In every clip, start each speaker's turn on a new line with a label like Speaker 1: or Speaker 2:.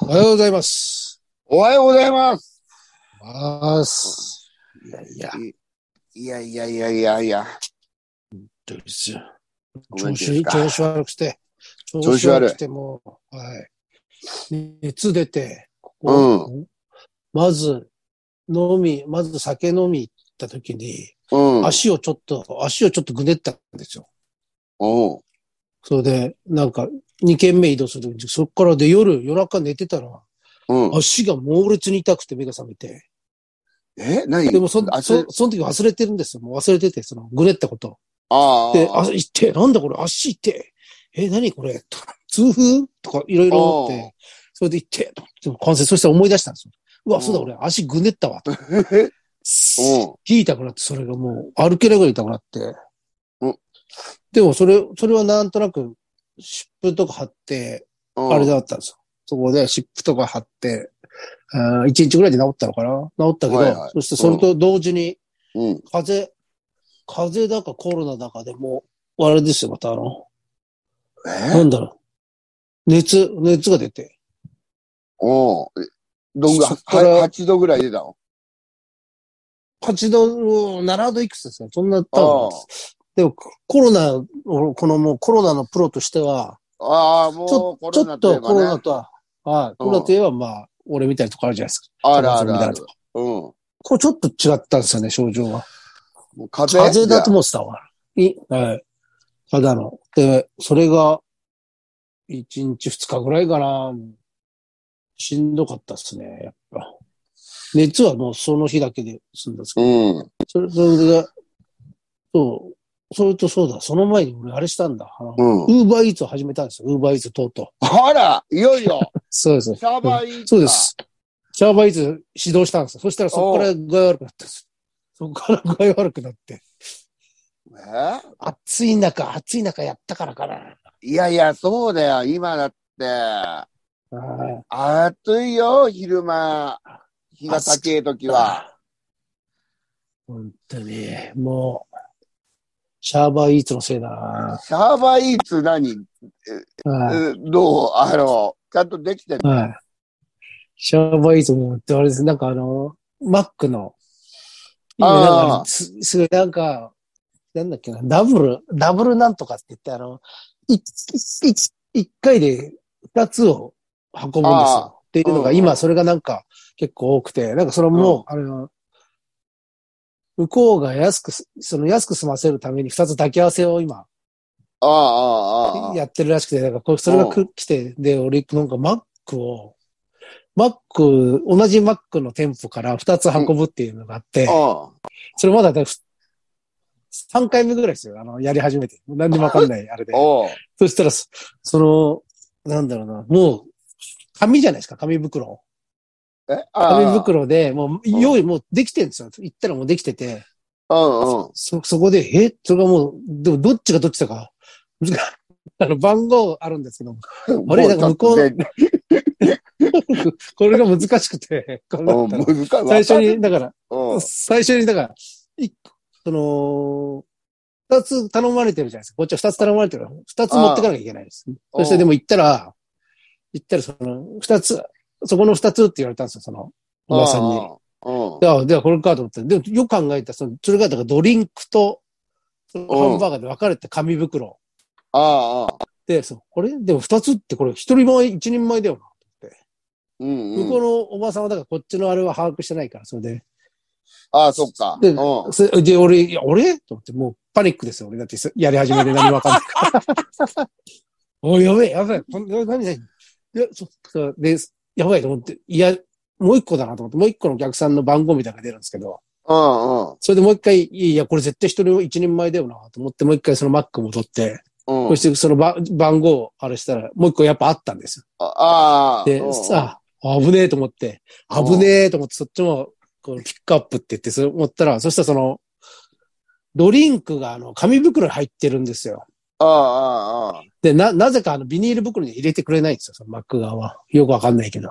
Speaker 1: おはようございます。
Speaker 2: おはようございます。
Speaker 1: ます。いやいや、
Speaker 2: いやいやいやいやいや。
Speaker 1: どうですよ。
Speaker 2: ごめん
Speaker 1: 調
Speaker 2: ち
Speaker 1: 子、
Speaker 2: ですか
Speaker 1: 調子悪くて。調
Speaker 2: 調
Speaker 1: 子
Speaker 2: 子悪い
Speaker 1: 悪くてもう、はい。熱出て、こまず、飲み、まず酒飲み行った時に、
Speaker 2: うん。
Speaker 1: 足をちょっと、足をちょっとぐねったんですよ。
Speaker 2: おう
Speaker 1: それで、なんか、2軒目移動する時に、そこからで夜、夜中寝てたら、
Speaker 2: うん。
Speaker 1: 足が猛烈に痛くて目が覚めて。
Speaker 2: え何
Speaker 1: でもそ、
Speaker 2: あ
Speaker 1: そ、その時忘れてるんですよ。もう忘れてて、その、ぐねったことを。
Speaker 2: あ
Speaker 1: で、
Speaker 2: あ。
Speaker 1: あ、行って、なんだこれ、足行って、え、何これ、とか痛風とかいろいろ思っ
Speaker 2: おう
Speaker 1: て、それで行って、と思って関節、そしたら思い出したんですよ。う
Speaker 2: お
Speaker 1: わ、
Speaker 2: う
Speaker 1: そうだ、俺、足ぐねった わ。とすっ
Speaker 2: う
Speaker 1: げえ痛くなって、それがもう、歩けないぐらい痛くなって
Speaker 2: うん。
Speaker 1: でも、それ、それはなんとなく、湿布とか貼って、
Speaker 2: ん。
Speaker 1: あれだったんですよ。そこで湿布とか貼って、あー一日ぐらいで治ったのかな治ったけど、
Speaker 2: はいはい
Speaker 1: そしてそれと同時に、
Speaker 2: うん。
Speaker 1: 風邪、風邪だかコロナだかでもう、あれですよ、またあの、な
Speaker 2: え
Speaker 1: んだろう。熱、熱が出て。
Speaker 2: おうえどんぐらい
Speaker 1: そっから
Speaker 2: は8度ぐらい出たの
Speaker 1: 8度、うん7度いくつですかそんな
Speaker 2: あ
Speaker 1: 多分でも、コロナを、このもうコロナのプロとしては、
Speaker 2: ああ、
Speaker 1: ちょ
Speaker 2: もうコ
Speaker 1: ちょ
Speaker 2: ロナ
Speaker 1: っ
Speaker 2: といえ
Speaker 1: と
Speaker 2: ば
Speaker 1: コ
Speaker 2: ね
Speaker 1: ロナとは、はい、コロナといえばまあ、俺みたいなとこあるじゃないですか。
Speaker 2: あるあ
Speaker 1: み
Speaker 2: る
Speaker 1: たい
Speaker 2: あ
Speaker 1: な
Speaker 2: る
Speaker 1: と。こ。
Speaker 2: うん。も
Speaker 1: これちょっと違ったんですよね、症状は。
Speaker 2: う風
Speaker 1: 風邪だと
Speaker 2: 思
Speaker 1: 思ってたわ。い、はい。ただの。で、それが、1日2日ぐらいかな。しんどかったっすね、やっぱ。熱はもうその日だけで済んだんですけど、
Speaker 2: う。うん。
Speaker 1: それ、それが、そう、それとそうだ、その前に俺あれしたんだ。
Speaker 2: うん。
Speaker 1: ウーバーイーツを始めたんですよ、ウーバーイーツとうとう。
Speaker 2: あら、いよいよ、
Speaker 1: そうです。
Speaker 2: サーバーイーツ
Speaker 1: そうで。す。シャーバーイーツ指導したんですよ。そしたらそこから具合悪くなったんです。そこから具合悪くなって。
Speaker 2: え
Speaker 1: 暑い中、暑い中やったからかな。
Speaker 2: いやいや、そうだよ。今だって、
Speaker 1: は
Speaker 2: 暑いよ、昼間。日が高い時
Speaker 1: い
Speaker 2: は。
Speaker 1: 本当に、もう、シャーバーイーツのせいだな。
Speaker 2: シャーバーイーツ何
Speaker 1: は
Speaker 2: えどうあの、ちゃんとできてる
Speaker 1: い。はい。シャーバーイーツも、あれです、なんかあの、マックの、今なんか
Speaker 2: あー
Speaker 1: あれすすごい、なんか、なんだっけな、ダブル、ダブルなんとかって言って、あの、いいい一回で二つを運ぶんです
Speaker 2: あー
Speaker 1: よ。っていうのが、
Speaker 2: うん
Speaker 1: 今それがなんか結構多くて、なんかそれも、あの、向こうが安くす、その安く済ませるために二つ抱き合わせを今
Speaker 2: ああ、ああ、ああ。
Speaker 1: やってるらしくて、なんかこうそれが
Speaker 2: う
Speaker 1: く来て、で、俺なんかマックを、マック、同じマックの店舗から二つ運ぶっていうのがあって、
Speaker 2: うん
Speaker 1: それまだだ3回目ぐらいですよ。あの、やり始めて。何にもわかん ない、あれで。
Speaker 2: おう
Speaker 1: そしたらそ、その、なんだろうな、もう、紙じゃないですか、紙袋。
Speaker 2: えああ
Speaker 1: 紙袋で、もう、
Speaker 2: うん
Speaker 1: 用意もうできてるんですよ。行ったらもうできてて、
Speaker 2: うんうん。
Speaker 1: そ、そこで、えそれがもう、でもどっちがどっちだか、 難しいあの、番号あるんですけど、あれなんか向こうの
Speaker 2: もち
Speaker 1: これが難しく て、これだ
Speaker 2: ょ
Speaker 1: っ
Speaker 2: っ
Speaker 1: ら
Speaker 2: たとねうん、難
Speaker 1: 最
Speaker 2: しい。
Speaker 1: 初に、だから、
Speaker 2: うん。
Speaker 1: 最初に、だから、一個その、二つ頼まれてるじゃないですか。こっちは二つ頼まれてる。二つ持ってかなきゃいけないです。そしてでも行ったら、行ったらその、二つ、そこの二つって言われたんですよ、その、おばさんに。
Speaker 2: うん。
Speaker 1: であ、ではこれかと思って。でもよく考えたら、その、それが、だからドリンクと、その
Speaker 2: うん
Speaker 1: ハンバーガーで分かれて紙袋。
Speaker 2: ああ、ああ。
Speaker 1: で、そう、これでも二つってこれ一人前、一人前だよな。
Speaker 2: うん、
Speaker 1: 向こう
Speaker 2: うん。
Speaker 1: のおばさんは、だからこっちのあれは把握してないから、それで。
Speaker 2: ああ、そっか。
Speaker 1: で
Speaker 2: うん。
Speaker 1: それで、俺、いや、俺と思って、もうパニックですよ。俺だってす、やり始めで何もわかんないから。 おい、やべえ、やべえ、こん何、何、何いや、そそうで、やばいと思って、いや、もう一個だなと思って、もう一個のお客さんの番号みたいなのが出るんですけど、
Speaker 2: うん、
Speaker 1: それでもう一回、いや、これ絶対一人、一人前だよなと思って、もう一回そのマックも取って、
Speaker 2: うん。う
Speaker 1: そ
Speaker 2: ん。
Speaker 1: してそのば番号をあれしたら、もう一個やっぱあったんですよ。
Speaker 2: ああ。
Speaker 1: で
Speaker 2: う、ん
Speaker 1: さあ、危ねえと思って、
Speaker 2: うん
Speaker 1: 危ねえと思って、そっちも、こう、ピックアップって言って、そう思ったら、そしたらその、ドリンクが、あの、紙袋に入ってるんですよ。
Speaker 2: ああ、ああ、あ
Speaker 1: で、な、なぜか、あの、ビニール袋に入れてくれないんですよ、そのマック側は。よくわかんないけど。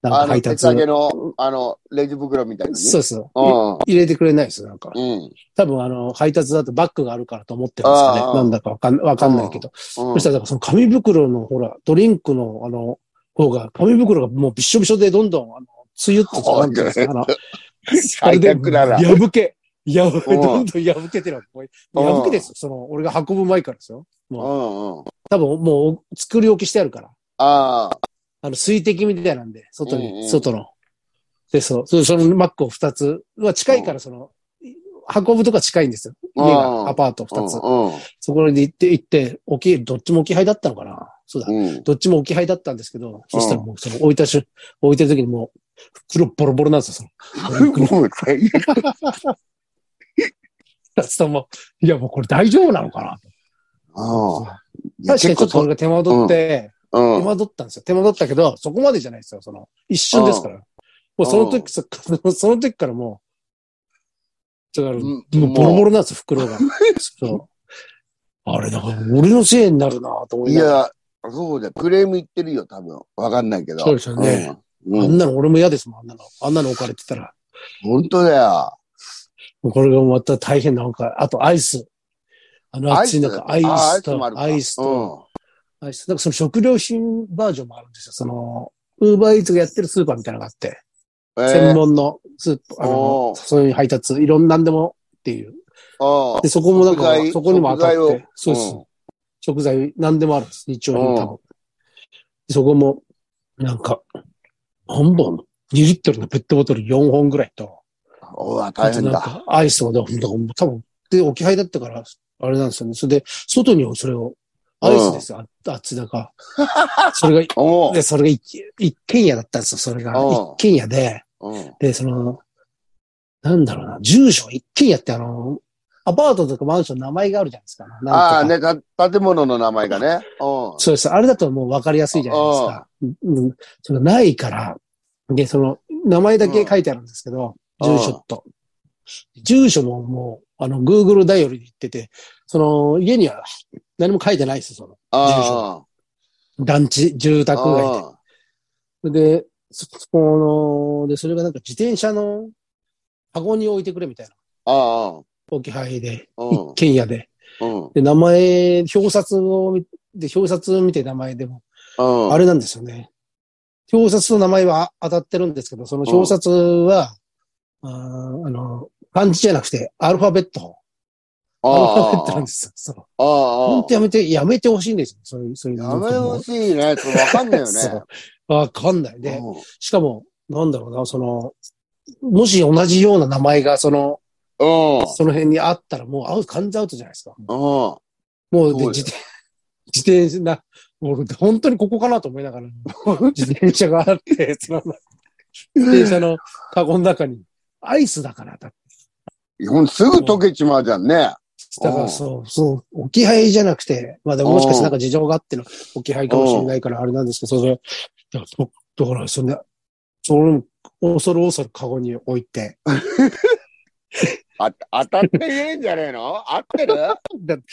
Speaker 1: なん
Speaker 2: あ。あ
Speaker 1: か
Speaker 2: の、
Speaker 1: 配
Speaker 2: 手
Speaker 1: 達。
Speaker 2: 下げの、あの、レジ袋みたいなね。
Speaker 1: そうそう。
Speaker 2: う
Speaker 1: 入れてくれないですよ、なんか。
Speaker 2: ん。うん。
Speaker 1: 多分、あの、配達だとバッグがあるからと思ってるんですかね。
Speaker 2: ああ
Speaker 1: なんだかわかんわかんないけど。
Speaker 2: そ
Speaker 1: そしたら、その紙袋の、ほら、ドリンクの、あの、方が、紙袋がもうびっしょびしょでどんどん、あの、つゆってこうなんていうんですか、あの、あれ
Speaker 2: 最
Speaker 1: で
Speaker 2: 悪だな。
Speaker 1: 破け、やぶ、
Speaker 2: うん
Speaker 1: どんどん破けてるわけもう
Speaker 2: うん
Speaker 1: 破けですよ。その、俺が運ぶ前からですよ。
Speaker 2: うんうん。
Speaker 1: 多分もう作り置きしてあるから。
Speaker 2: ああ、
Speaker 1: あの、水滴みたいなんで、外に、
Speaker 2: うんうん
Speaker 1: 外の。で、そう、そそのマックを二つは近いから、その、運ぶとか近いんですよ。家
Speaker 2: う
Speaker 1: が、
Speaker 2: ん
Speaker 1: アパート
Speaker 2: う
Speaker 1: 二
Speaker 2: ん
Speaker 1: つ。そこに行って、行って、置き、どっちも置き配だったのかなそうだ。
Speaker 2: うん。うん。
Speaker 1: どっちも置き配だったんですけど、そしたらもう、その、置いたし、置いてる時にもう、袋ボロボロなんですよ、その。
Speaker 2: もう最悪。
Speaker 1: さんも、いや、もうこれ大丈夫なのかな
Speaker 2: ああ。いや
Speaker 1: 確かにちょ
Speaker 2: 結構
Speaker 1: っと
Speaker 2: と、
Speaker 1: 俺が手間取って、
Speaker 2: うん
Speaker 1: 手。間取ったんですよ。手間取ったけど、そこまでじゃないですよ。その、一瞬ですから。もうその
Speaker 2: うん
Speaker 1: 時、そ その時からもう、だから、も
Speaker 2: うん
Speaker 1: うボロボ
Speaker 2: も
Speaker 1: ロなんですよ、袋が。そう。あれ、だから俺のせいになるなと思
Speaker 2: う
Speaker 1: い
Speaker 2: い
Speaker 1: ながら。
Speaker 2: や、そうだよ。クレーム言ってるよ、多分。わかんないけど。
Speaker 1: そうですよね。
Speaker 2: うん。
Speaker 1: あ
Speaker 2: うん
Speaker 1: んなの俺も嫌ですもん、あんなの。あんなの置かれてたら。
Speaker 2: 本当だよ。
Speaker 1: もうこれがまた大変な、なんか、あとアイス。あの暑い中、アイ
Speaker 2: ああ
Speaker 1: ス
Speaker 2: イスもある
Speaker 1: と、
Speaker 2: か
Speaker 1: アイスと、アイス。なんかその食料品バージョンもあるんですよ。その、ウーバーイーツがやってるスーパーみたいなのがあって。
Speaker 2: うん。
Speaker 1: 専
Speaker 2: え
Speaker 1: 門のスープ、あの
Speaker 2: お、ー
Speaker 1: そういう配達、いろんなんでもっていう。
Speaker 2: ー、
Speaker 1: で、そこもなん
Speaker 2: 食
Speaker 1: か、
Speaker 2: 材
Speaker 1: そこにも当たっ
Speaker 2: 食材を
Speaker 1: て、そうです。
Speaker 2: うん
Speaker 1: 食材、なんでもあるんです、日用品多
Speaker 2: う
Speaker 1: 分。そこも、なんか、何本 ?2 リットルのペットボトル4本ぐらいと、
Speaker 2: ああ。うわ、
Speaker 1: あ
Speaker 2: 大
Speaker 1: と
Speaker 2: 変
Speaker 1: なん
Speaker 2: だ。
Speaker 1: か、アイスをね、ほんと多分、で、置き配だったから、あれなんですよね。それで、外にそれを、アイスですよ、ああっちだか。そ れが、
Speaker 2: おう
Speaker 1: で、それが一一軒家だったんですよ、それが。
Speaker 2: うん
Speaker 1: 一軒家で、
Speaker 2: うん。
Speaker 1: で、その、なんだろうな、住所一軒家ってあの、アパートとかマンションの名前があるじゃないですか。なんとか
Speaker 2: ああ、。ね、た建物の名前がね。う
Speaker 1: そうです。あれだともう分かりやすいじゃないですか。うんうん。それがないから、で、その、名前だけ書いてあるんですけど、
Speaker 2: うん
Speaker 1: 住所と。住所ももう、あの、Google 頼りに行ってて、その、家には何も書いてないですその、
Speaker 2: あ
Speaker 1: 団地、住
Speaker 2: あ。
Speaker 1: 宅街
Speaker 2: あ
Speaker 1: で。で、そ、そこの、で、それがなんか自転車の箱に置いてくれみたいな。
Speaker 2: あ。
Speaker 1: 置き配で。
Speaker 2: うん
Speaker 1: 一。軒家で。
Speaker 2: うん。
Speaker 1: で、名前、表札を見、で、表札を見て名前でも、
Speaker 2: うん。
Speaker 1: あれなんですよね。表札の名前はあ当たってるんですけど、その表札は、あーあの、漢字じゃなくて、アルファベット。
Speaker 2: あ
Speaker 1: アルファベッ
Speaker 2: あ
Speaker 1: トなんですよ。そう。
Speaker 2: ああ
Speaker 1: 本当やめて、やめてほしいんですよ。そういう、そういう
Speaker 2: や
Speaker 1: の。
Speaker 2: めてほしいね。それわかんないよね。
Speaker 1: そうわかんないね。
Speaker 2: うん
Speaker 1: しかも、なんだろうな、その、もし同じような名前が、その、
Speaker 2: うん。
Speaker 1: その辺にあったら、もうアウト、完全アウトじゃないですか。
Speaker 2: うん。
Speaker 1: もう
Speaker 2: そう
Speaker 1: で
Speaker 2: よ
Speaker 1: 自転、自転車な、もう本当にここかなと思いながら、自転車があって、その自転車のカゴの中に、アイスだからだ。
Speaker 2: ほんすぐ溶けちまうじゃんね。
Speaker 1: だからそう、そう、置き配じゃなくて、まあでももしかしてなんか事情があっての置き配かもしれないからあれなんですけど、それ、だから、だからそんな、その、恐る恐るカゴに置いて、
Speaker 2: あ、当たってねえんじゃねえの 合ってる
Speaker 1: だ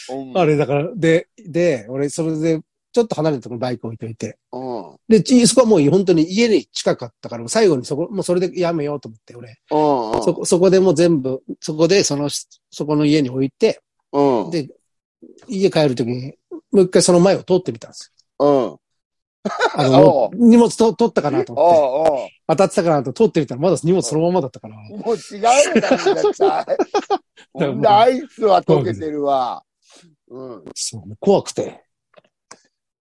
Speaker 2: うん
Speaker 1: あれだから、で、で、俺、それで、ちょっと離れたところにバイク置いといて、
Speaker 2: うん。うん。
Speaker 1: で、ちそこはもう本当に家に近かったから、最後にそこ、もうそれでやめようと思って、俺。
Speaker 2: うん。
Speaker 1: そこ、そこでもう全部、そこでその、そこの家に置いて、
Speaker 2: うん。
Speaker 1: で、家帰るときに、もう一回その前を通ってみたんです
Speaker 2: うん。お
Speaker 1: よ。あの、もう荷物と取ったかなと
Speaker 2: う
Speaker 1: 思って、
Speaker 2: お
Speaker 1: 当たってたかなと通ってみたら、まだ荷物そのままだったから、
Speaker 2: うもう違うよ、絶 対。ほんでアイスは溶けてるわ。うん。
Speaker 1: そう、もう怖くて。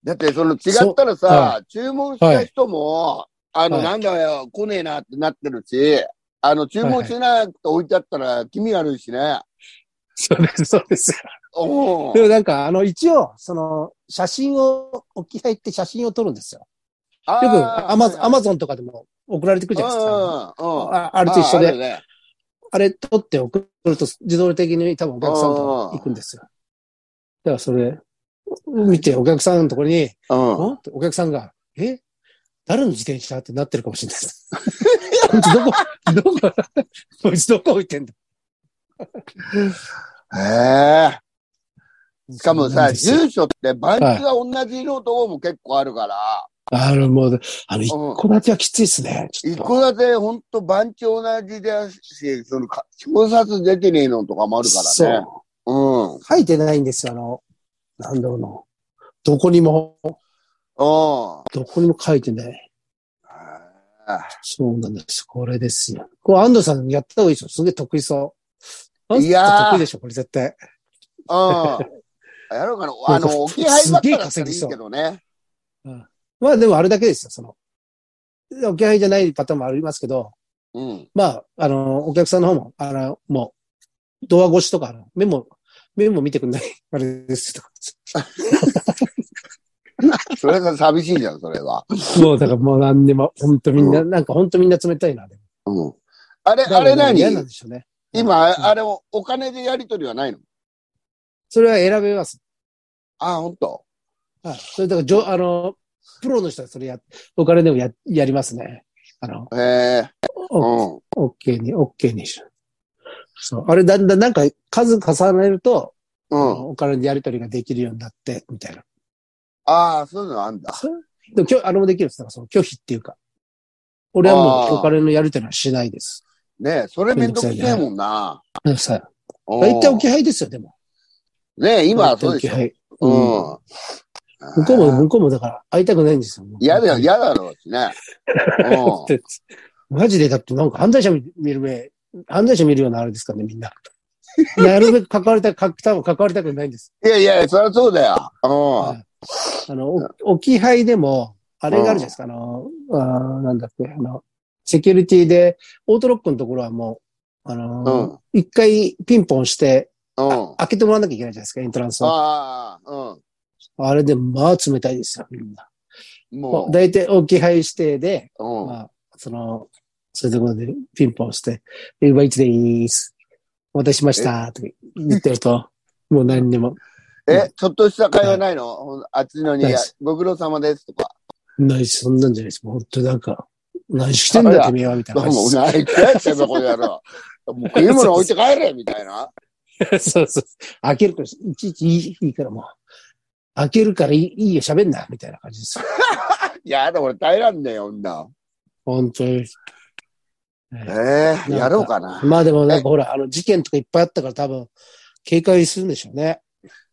Speaker 2: だって、その違ったら
Speaker 1: そう
Speaker 2: さ
Speaker 1: は、
Speaker 2: 注文した人も、あの、
Speaker 1: はい
Speaker 2: なんだよ、来ねえなってなってるし、あの、注文しなくて置いてあったら気味悪いしね。
Speaker 1: そうです、 そうです。
Speaker 2: お
Speaker 1: でもなんか、あの、一応、その、写真を、置き配って写真を撮るんですよ。
Speaker 2: よ
Speaker 1: よく、アマゾン、アマゾンとかでも送られてくるじゃないですか。
Speaker 2: うん。うん。
Speaker 1: ああれと一緒
Speaker 2: あ
Speaker 1: で
Speaker 2: ある。ね
Speaker 1: あれ取って送ると自動的に多分お客さんと行くんですよ。だからそれ、見てお客さんのところに、
Speaker 2: うん。
Speaker 1: んってお客さんが、え誰の自転車ってなってるかもしれないです。こいつ どこ、 どこ、 こいつどこ置いてんだ
Speaker 2: へえ。しかも
Speaker 1: なん
Speaker 2: さ、
Speaker 1: ですよ
Speaker 2: 住所って番地が同じのとこも結構あるから、
Speaker 1: あの、もう、あの、一個だけはきついっすね。ちょっ
Speaker 2: 一
Speaker 1: と
Speaker 2: 戸建てほんと番地同じだし、その、か表札出てねえのとかもあるからね。。
Speaker 1: そう
Speaker 2: ん。
Speaker 1: う。書いてないんですよ、あの、なんだろうな。どこにも、
Speaker 2: うん。
Speaker 1: どこにも書いてない。そうなんです。これですよ。これ、安藤さんやった方がいいですよ。すげえ得意そう。
Speaker 2: いやー
Speaker 1: 安藤さん得意でしょ、これ絶対。
Speaker 2: うん。やろう かな。あの、置き配ばっかだったらいいけどね。
Speaker 1: まあでもあれだけですよ、その。お客じゃないパターンもありますけど、
Speaker 2: うん。
Speaker 1: まあ、あの、お客さんの方も、あの、もう、ドア越しとか、あのメモ、メモ見てくんない。あれですとか。
Speaker 2: それが寂しいじゃん、それは。
Speaker 1: もう、だからもう何でも、本当みんな、なんか本当みんな冷たいな。でも
Speaker 2: うん。あれ、
Speaker 1: だから
Speaker 2: あれ
Speaker 1: 嫌なん
Speaker 2: 何
Speaker 1: でしょうね。
Speaker 2: 今、
Speaker 1: うん
Speaker 2: ああれ、おお金でやり取りはないの
Speaker 1: それは選べます。
Speaker 2: あ、ほんと。
Speaker 1: はい。それだからじょ、あの、プロの人はそれや、お金でもや、やりますね。あの、
Speaker 2: へえ。
Speaker 1: オ
Speaker 2: うん。
Speaker 1: ッケーに、オッケーにしそう。あれ、だんだんなんか数重ねると、
Speaker 2: うん。
Speaker 1: お金でやり取りができるようになって、みたいな。
Speaker 2: ああ、そういうのあんだ。
Speaker 1: でも、きょあれもできるんです。だからその拒否っていうか。俺はもう
Speaker 2: あー
Speaker 1: お金のやり取りはしないです。
Speaker 2: ねえ、それめんどくせえもんな。
Speaker 1: うんさ
Speaker 2: うん
Speaker 1: 大体置き配ですよ、でも。
Speaker 2: ねえ、今はそう
Speaker 1: 大
Speaker 2: で
Speaker 1: 体
Speaker 2: し
Speaker 1: 置き。配。う
Speaker 2: ょう
Speaker 1: ん。
Speaker 2: ん。
Speaker 1: 向こうも、向こうもだから会いたくないんですよ。もう
Speaker 2: 嫌だよ、。嫌だろうしね。
Speaker 1: だって マジでだってなんか犯罪者見る目、犯罪者見るようなあれですからね、みんな。なるべく関わりたく、か多分関わりたくないんです。
Speaker 2: うん。いやいや、そりゃそうだよ。うん。
Speaker 1: あの、お置き配でも、あれがあるじゃないですか、あの、あーなんだっけ、あの、セキュリティで、オートロックのところはもう、あの、一、回ピンポンして、
Speaker 2: うん。
Speaker 1: 開けてもらわなきゃいけないじゃないですか、エントランスを。あ
Speaker 2: ああ、う
Speaker 1: れで、まあ冷たいですよ、みんな。
Speaker 2: ん。
Speaker 1: ま
Speaker 2: も
Speaker 1: あ大体置き配指定で、
Speaker 2: う、うん。
Speaker 1: まあ、その、そういうところでピンポンして、ウーバーイーツでいいす。お待たせしました、とか言ってると、もう何にも
Speaker 2: え、ちょっとした会話ないの、ほんあっちのに
Speaker 1: ないです、
Speaker 2: ご苦労様ですとか。
Speaker 1: ないし、そんなんじゃないです。もう本当なんか、何してんだ
Speaker 2: あ
Speaker 1: よ
Speaker 2: ら、
Speaker 1: てめえは、みたい
Speaker 2: ど
Speaker 1: な感
Speaker 2: う
Speaker 1: じ
Speaker 2: も、
Speaker 1: で
Speaker 2: うなりくやってんぞ、この野郎。 もう食い物置いて帰れみたいな。
Speaker 1: す。 そうそう。開けるから、いちいちいいいいからもう、開けるからいいいいよ、喋んな、みたいな感じです。
Speaker 2: いやだ、俺耐えらんねえよ、女。
Speaker 1: 本当に。
Speaker 2: ええ
Speaker 1: か
Speaker 2: やろうかな。
Speaker 1: まあでもなんかほら、あの事件とかいっぱいあったから多分、警戒するんでしょうね。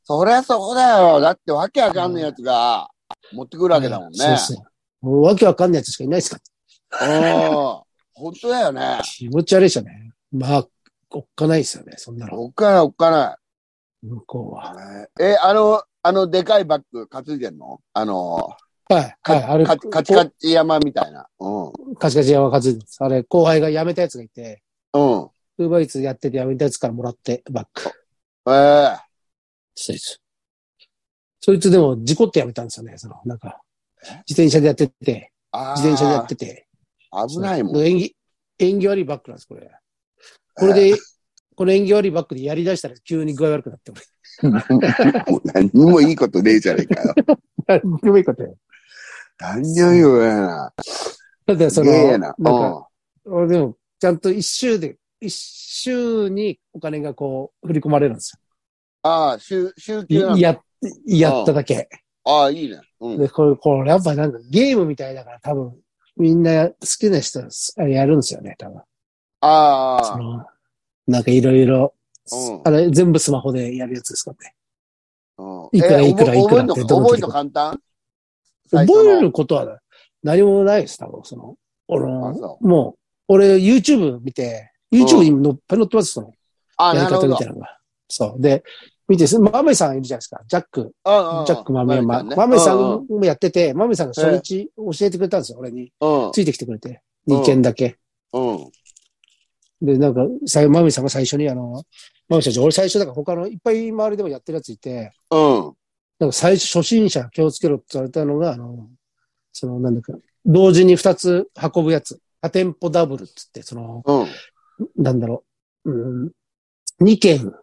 Speaker 2: そりゃそうだよ。だってわけわかんねえやつが持ってくるわけだもんね。
Speaker 1: そうそう。もうわけわかんないやつしかいないですから
Speaker 2: うん。本当だよね。
Speaker 1: 気持ち悪いじゃね。まあ、おっかないですよね、そんなの。
Speaker 2: おっかない、おっかな
Speaker 1: 向こうは。
Speaker 2: い。え、あの、あの、でかいバッグ担いでんのあの、
Speaker 1: はい、
Speaker 2: か
Speaker 1: はい、あれ、
Speaker 2: かカチカ
Speaker 1: こ
Speaker 2: チ山みたいな。うん。
Speaker 1: うカチカチ山担いでます。あれ、後輩が辞めたやつがいて、
Speaker 2: うん。
Speaker 1: ウーバーイーツやってて辞めたやつからもらって、バック。
Speaker 2: ええ
Speaker 1: そいつ。そいつでも事故って辞めたんですよね、その、なんか、自転車でやってて、
Speaker 2: あー
Speaker 1: 自転車でやってて。
Speaker 2: 危ないもん。
Speaker 1: 縁起、縁起悪いバックなんです、これ。これで、この縁起悪いバックでやり出したら急に具合悪くなって、俺。
Speaker 2: もう 何にもいいことねえじゃねえかよ。
Speaker 1: 何でもいいことよ
Speaker 2: 何にもいいことねえな。
Speaker 1: だってそ
Speaker 2: す
Speaker 1: の、
Speaker 2: げえ
Speaker 1: な
Speaker 2: な。
Speaker 1: んか、俺でも、ちゃんと一週で、一週にお金がこう、振り込まれるんです
Speaker 2: ああ、週、週休な
Speaker 1: よ。
Speaker 2: ん
Speaker 1: い
Speaker 2: だ。
Speaker 1: や、やっただけ。
Speaker 2: ああ、いいね。うん。
Speaker 1: で、これ、これ、やっぱなんかゲームみたいだから多分、みんな好きな人はあれやるんですよね、多分。そ
Speaker 2: あ
Speaker 1: の、なんかいろいろ
Speaker 2: うん、
Speaker 1: あれ全部スマホでやるやつですかね。
Speaker 2: あ。うん
Speaker 1: いくら
Speaker 2: え
Speaker 1: いくらいくらって
Speaker 2: 覚えんの
Speaker 1: どの
Speaker 2: 覚えん
Speaker 1: 時
Speaker 2: の簡単
Speaker 1: 覚えることは何もないです、多分。その、俺
Speaker 2: あそ
Speaker 1: の、もう、俺 YouTube 見て、YouTube にも載っぱい載ってます、その。
Speaker 2: あ、
Speaker 1: や
Speaker 2: な
Speaker 1: り
Speaker 2: る
Speaker 1: 方
Speaker 2: ほ
Speaker 1: み
Speaker 2: ど
Speaker 1: たい。なのが。そう。で、見て、マメさんいるじゃないですか。ジャック、ジャックマメマ。マメさん
Speaker 2: うん。
Speaker 1: もやってて、マメさんが初日教えてくれたんですよ、俺に。
Speaker 2: うん
Speaker 1: ついてきてくれて。
Speaker 2: うん
Speaker 1: 2件だけ。
Speaker 2: うん。
Speaker 1: で、なんか、さマメさんが最初に、あの、マメ社長、俺最初だから他のいっぱい周りでもやってるやついて、
Speaker 2: うん。
Speaker 1: なんか最初初心者気をつけろって言われたのが、あの、その、なんだっけ、同時に2つ運ぶやつ。多店舗ダブルって言って、その、
Speaker 2: うん。
Speaker 1: なんだろう。うん、2件、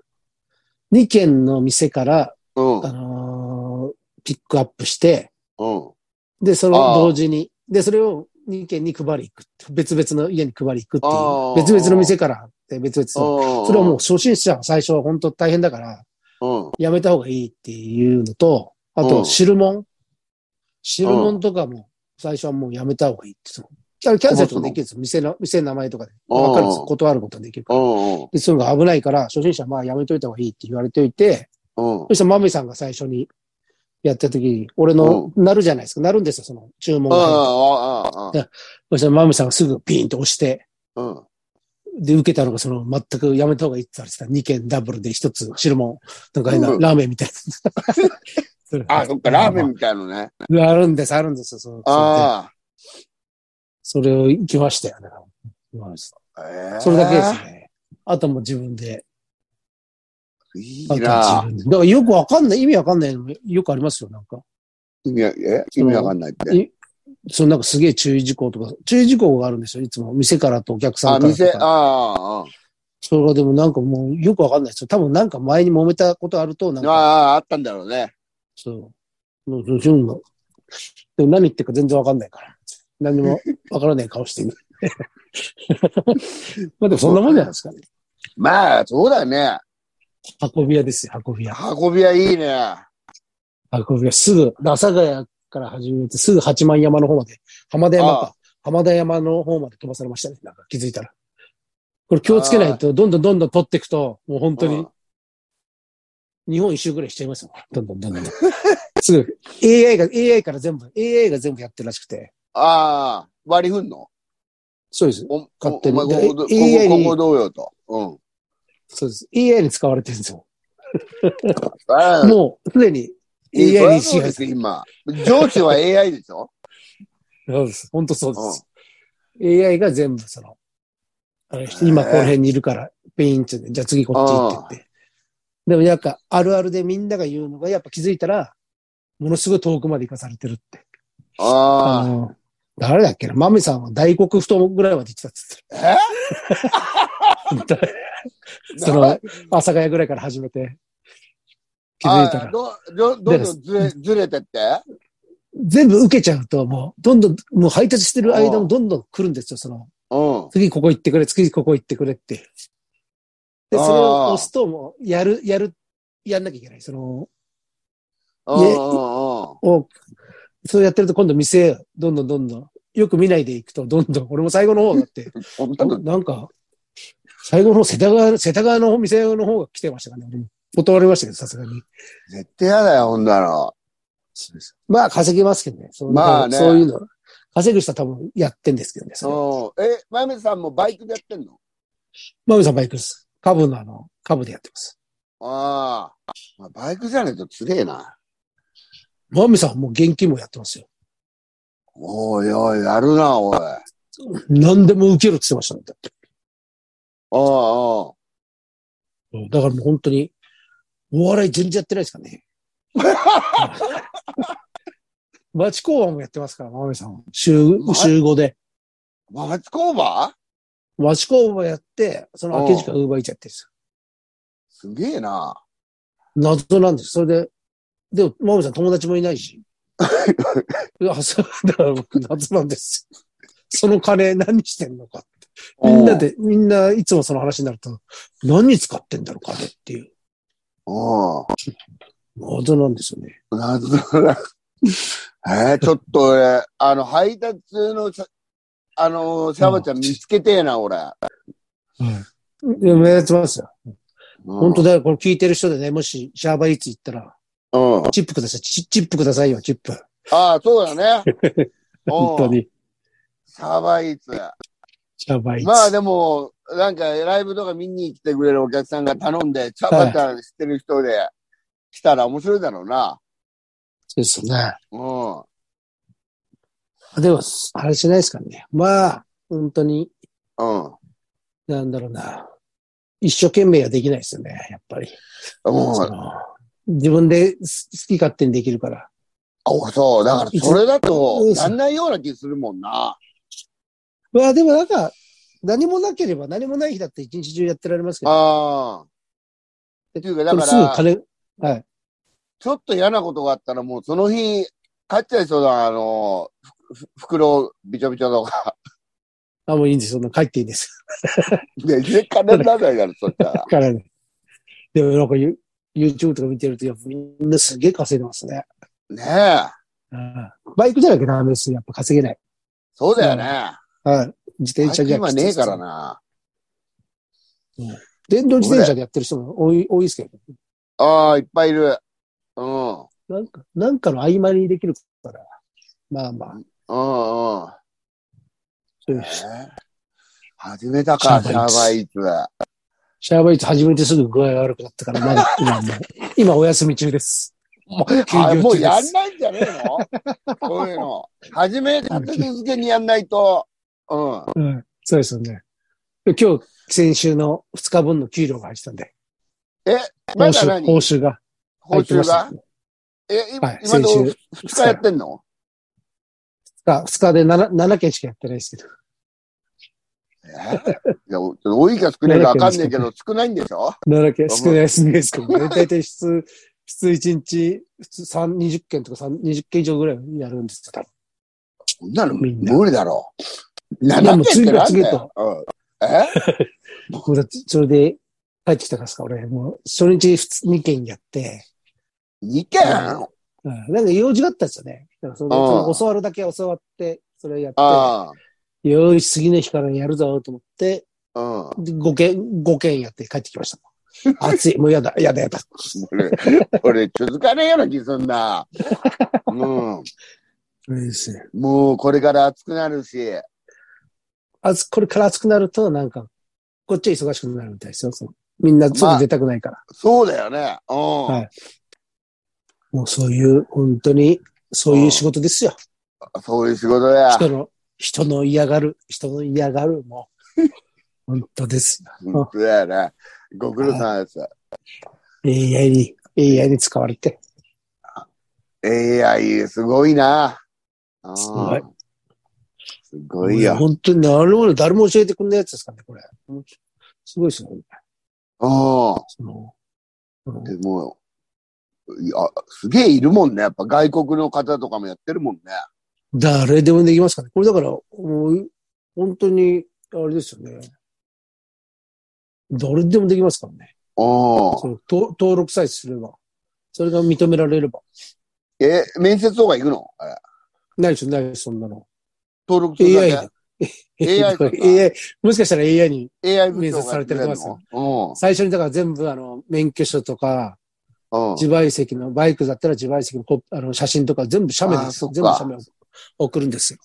Speaker 1: 2件の店から、
Speaker 2: うん。
Speaker 1: あのーピックアップして、
Speaker 2: うん。
Speaker 1: で、その
Speaker 2: あー
Speaker 1: 同時に、で、それを人間に配り行くって。別々の家に配り行く
Speaker 2: あー
Speaker 1: っていう。別々の店から、で別々の。そ
Speaker 2: そ
Speaker 1: れはもう、初心者は最初は本当大変だから、
Speaker 2: うん。
Speaker 1: やめた方がいいっていうのと、あ
Speaker 2: うん
Speaker 1: と、汁物。汁物とかも、最初はもうやめた方がいいって。そのキャキャンセルとかできるんですよ。店の、店の名前とかで。
Speaker 2: うん
Speaker 1: わかるんですよ。断ることができるか
Speaker 2: う
Speaker 1: ら。
Speaker 2: ん。
Speaker 1: で、そういうのが危ないから、初心者はまあやめといた方がいいって言われておいて、
Speaker 2: うん。
Speaker 1: そしたらマミさんが最初に、やった時に、俺の、なるじゃないですか。なるんですよ、その注文
Speaker 2: うん、う
Speaker 1: が入って。
Speaker 2: ん、うん
Speaker 1: そしたらマムさんがすぐピンと押して、
Speaker 2: うん、うん。
Speaker 1: で、受けたのがその、全くやめた方がいいって言われてた。2件ダブルで1つ汁物、なんか変な、
Speaker 2: うん
Speaker 1: ラーメンみたいな。
Speaker 2: あ、そっか、ラーメンみたいなのね。
Speaker 1: あるんです、あるんですよ。そう
Speaker 2: あ
Speaker 1: それを行きましたよね。まあ
Speaker 2: あ。ええ
Speaker 1: それだけですね。あともう自分で。
Speaker 2: いい
Speaker 1: あと
Speaker 2: な
Speaker 1: は自分で。だからよくわかんない、意味わかんないのもよくありますよ、なんか。
Speaker 2: 意味わ、え意味わかんないって。
Speaker 1: いそのなんかすげえ注意事項とか、注意事項があるんですよ、いつも。店からとお客さ
Speaker 2: あ、
Speaker 1: んからと
Speaker 2: 店、あ
Speaker 1: か。
Speaker 2: あ、あ
Speaker 1: それがでもなんかもうよくわかんないですよ。多分なんか前に揉めたことあると、なん
Speaker 2: あ、
Speaker 1: か、
Speaker 2: ああったんだろうね。
Speaker 1: そう。もう、そうそういうのでも何言ってるか全然わかんないから。何もわからない顔してる。 まあでもそんなもんじゃないですかね。
Speaker 2: まあ、そうだね。
Speaker 1: 運び屋ですよ、運び屋。
Speaker 2: 運び屋いいね。
Speaker 1: 運び屋。すぐ、阿佐ヶ谷から始めて、すぐ八幡山の方まで、浜田山
Speaker 2: あ
Speaker 1: か、浜田山の方まで飛ばされましたね。なんか気づいたら。これ気をつけないと、どんどんどんどん取っていくと、もう本当
Speaker 2: う
Speaker 1: に
Speaker 2: ん、
Speaker 1: 日本一周ぐらいしちゃいますよ。どんどんどんどん。すぐ、AI が、AI から全部、AI が全部やってるらしくて。
Speaker 2: ああ、割り振んの
Speaker 1: そうです。
Speaker 2: お、
Speaker 1: 勝手に
Speaker 2: お前ここど、こ
Speaker 1: で AI
Speaker 2: こ、
Speaker 1: に
Speaker 2: ここどうよと。うん。
Speaker 1: そうです。AI に使われてるんですよ。
Speaker 2: ああ
Speaker 1: もう、すでに
Speaker 2: いや
Speaker 1: AI に
Speaker 2: そ
Speaker 1: 支
Speaker 2: うで
Speaker 1: 配
Speaker 2: す
Speaker 1: されて
Speaker 2: よ
Speaker 1: る。
Speaker 2: 今。上司は AI でしょ
Speaker 1: そうです。本当そうです。AI が全部その、あれして今
Speaker 2: へえ
Speaker 1: この辺にいるから、ペインって、じゃあ次こっち行ってって。でもなんか、あるあるでみんなが言うのが、やっぱ気づいたら、ものすごい遠くまで行かされてるって。 あ
Speaker 2: あ
Speaker 1: の、誰だっけなマミさんは大黒布団ぐらいまで行ってたっつ
Speaker 2: あ。え
Speaker 1: ってた。そ
Speaker 2: な
Speaker 1: の、 阿佐ヶ谷ぐらいから始めて、気づいた
Speaker 2: あ
Speaker 1: ら。
Speaker 2: ど、ど、どんどんずれ、ずれてって
Speaker 1: 全部受けちゃうと、もう、どんどん、もう配達してる間もどんどん来るんですよ、その、
Speaker 2: うん。
Speaker 1: 次ここ行ってくれ、次ここ行ってくれって。で、それを押すともう、やる、やる、やんなきゃいけない。その、
Speaker 2: うんうんうん。
Speaker 1: を、そうやってると今度店、どんどんどんどん、よく見ないで行くと、どんどん、俺も最後の方だ って、
Speaker 2: 本当だ
Speaker 1: なんか、最後の方、世田川、世田川の店の方が来てましたからね。俺も断りましたけど、さすがに。
Speaker 2: 絶対嫌だよ、ほんなの。
Speaker 1: まあ、稼ぎますけどね。そう
Speaker 2: まあね
Speaker 1: そういうの。稼ぐ人は多分やってんですけどね。それ
Speaker 2: うん。え、まゆみさんもバイクでやってんの
Speaker 1: マミさんバイクです。カブのあの、カブでやってます。
Speaker 2: ああ。まあバイクじゃないとつれえな。
Speaker 1: マミさんもう現金もやってますよ。
Speaker 2: おいおい、やるな、おい。
Speaker 1: 何でも受けるって言ってましたね。だって
Speaker 2: お
Speaker 1: だからもう本当に、お笑い全然やってないですかね。町工場もやってますから、マミさん。週、
Speaker 2: ま
Speaker 1: 週5で。
Speaker 2: いおい。マチ工場
Speaker 1: 町工場やって、その空き時間ウーバーイーツやってるんです
Speaker 2: すげえな。
Speaker 1: よ。謎なんです。それで、でも、マミさん友達もいないし。いや、そう、だから僕謎なんですよ。その金何してんのか。みんなで、みんないつもその話になると、何に使ってんだろうかねっていう。
Speaker 2: おう。
Speaker 1: 謎なんですよね。
Speaker 2: なるほど。 えー、ちょっと俺、あの、配達のさ、あのー、シャバちゃん見つけてえな、俺。
Speaker 1: いや、目立ちますよ。本当
Speaker 2: だ。
Speaker 1: だよ。これ聞いてる人でね、もし、シャーバーイーツ行ったら、
Speaker 2: うん。
Speaker 1: チップください。チチップくださいよ、チップ。
Speaker 2: ああ、そ うだね。
Speaker 1: 本当
Speaker 2: うん。
Speaker 1: に。
Speaker 2: シャバイツ。
Speaker 1: シャーバーイーツ。
Speaker 2: まあでも、なんかライブとか見に来てくれるお客さんが頼んで、シャバちゃん知ってる人で来たら面白いだろうな。
Speaker 1: そうですね。
Speaker 2: うん。
Speaker 1: でも、あれしないですからね。まあ、本当に、
Speaker 2: うん。
Speaker 1: なんだろうな。一生懸命はできないですよね、やっぱり。
Speaker 2: も、
Speaker 1: そうの自分です好き勝手にできるから。
Speaker 2: あそう、だからそれだと、やんないような気するもんな。
Speaker 1: まあでもなんか、何もなければ、何もない日だって一日中やってられますけど、
Speaker 2: ああ。っていうか、だ
Speaker 1: こ
Speaker 2: か
Speaker 1: れ
Speaker 2: ら。
Speaker 1: すぐ金、はい。
Speaker 2: ちょっと嫌なことがあったら、もうその日、帰っちゃいそうだな、あの、ふふ袋、びちょびちょと か。
Speaker 1: あ、もういいんです。そんな帰っていいんです。
Speaker 2: 全然金にならないから、そした ら。
Speaker 1: からね。でもなんかユ YouTube とか見てると、やっぱみんなすげえ稼いでますね。
Speaker 2: ね
Speaker 1: う
Speaker 2: え。
Speaker 1: んバイクじゃなきゃダメですよ。やっぱ稼げない。
Speaker 2: そうだよね。
Speaker 1: はい。自転車じゃ
Speaker 2: 今
Speaker 1: きつい
Speaker 2: ね
Speaker 1: で
Speaker 2: え
Speaker 1: す
Speaker 2: から。な。
Speaker 1: 電動自転車でやってる人も多い、多いですけど。
Speaker 2: ああ、いっぱいいる。うん。
Speaker 1: なんか、なんかの合間にできるから。まあまあ。
Speaker 2: うんうん。
Speaker 1: そう
Speaker 2: 始めたか、シ
Speaker 1: シャー
Speaker 2: ャーバ
Speaker 1: バ
Speaker 2: ーイーツ。
Speaker 1: シャーバーイーツ始めてすぐ具合が悪くなったから、まだ今も う、今お休み中です。もう、休
Speaker 2: あ
Speaker 1: 業中
Speaker 2: もう
Speaker 1: で
Speaker 2: やん
Speaker 1: す。
Speaker 2: ないんじゃね えのそういうの。始めたて続けにやんないと。うん。
Speaker 1: うん。そうですよね。で今日、先週の2日分の給料が入ってたんで、報
Speaker 2: まだ
Speaker 1: 酬、報
Speaker 2: 何
Speaker 1: 酬が
Speaker 2: 報
Speaker 1: 入ってま
Speaker 2: 酬
Speaker 1: した
Speaker 2: が。え、今、
Speaker 1: はい、
Speaker 2: 今
Speaker 1: 先週
Speaker 2: の2日やってんの
Speaker 1: 2日、2日で 7, 7件しかやってないですけど。
Speaker 2: えいや、おちょっと多いか少ないかわかんね えけど、少ないんでしょ
Speaker 1: 7件、少ないですねですけどね。大体質、質1日、普通3、20件とか3 20件以上ぐらいやるんですよ、多分
Speaker 2: そんなの
Speaker 1: みんな
Speaker 2: 無理だろう。
Speaker 1: や
Speaker 2: 7
Speaker 1: もう
Speaker 2: 件ってなん
Speaker 1: 次
Speaker 2: だ
Speaker 1: 々
Speaker 2: よ
Speaker 1: と。
Speaker 2: うんえ
Speaker 1: 僕だって、それで帰ってきたからですか、俺。もう、初日2件やって、
Speaker 2: ?2 件
Speaker 1: うん、なんか用事があったんですよね。だからそ
Speaker 2: うん
Speaker 1: の教わるだけ教わって、それやっ
Speaker 2: あ
Speaker 1: て、よーし、次の日からやるぞと思って、
Speaker 2: あ。うん。
Speaker 1: で5件、五件やって帰ってきました。暑い、もうやだ、やだやだ。
Speaker 2: 俺、俺続かねえような気すんな。うん。
Speaker 1: そうですね。
Speaker 2: もうこれから暑くなるし。
Speaker 1: あつ、これから暑くなると、なんか、こっちは忙しくなるみたいですよ。そのみんな外出たくないから。
Speaker 2: そうだよね。うん。
Speaker 1: はいもうそういう、本当に、そういう仕事ですよ。
Speaker 2: そういう仕事だよ。
Speaker 1: 人の、人の嫌がる、人の嫌がる、も う。本当ですよ。
Speaker 2: 本当だよね。ご苦労さんです。
Speaker 1: AI に、AI に使われて。
Speaker 2: AI すごいな。うん
Speaker 1: すごい。
Speaker 2: すごいよ。
Speaker 1: 本当に、なるほど。誰も教えてくれないやつですかね、これ。すごいですよね。
Speaker 2: う
Speaker 1: その、うん
Speaker 2: ん。でも、いや、すげえいるもんね。やっぱ外国の方とかもやってるもんね。
Speaker 1: 誰でもできますかね。これだから、もう、本当に、あれですよね。誰でもできますからね。
Speaker 2: う
Speaker 1: そのと登録さえすれば。それが認められれば。
Speaker 2: ん。え、面接とか行くのあれ。
Speaker 1: ないですよ、ないです、そんなの。
Speaker 2: 登録する
Speaker 1: AI
Speaker 2: だ
Speaker 1: で。
Speaker 2: AI とか
Speaker 1: AI もしかしたら AI に、
Speaker 2: け AI 部
Speaker 1: 面
Speaker 2: 長
Speaker 1: 接さ
Speaker 2: がやっ
Speaker 1: れ
Speaker 2: て
Speaker 1: て
Speaker 2: く
Speaker 1: る
Speaker 2: れ
Speaker 1: と
Speaker 2: る
Speaker 1: 思います
Speaker 2: のうん。
Speaker 1: 最初にだから全部あの、免許証とか、
Speaker 2: うん。
Speaker 1: 自賠責の、バイクだったら自賠責のコあの写真とか全部写メ
Speaker 2: あー
Speaker 1: です
Speaker 2: そっ
Speaker 1: よ。
Speaker 2: か
Speaker 1: 全部写メを送るんですよ。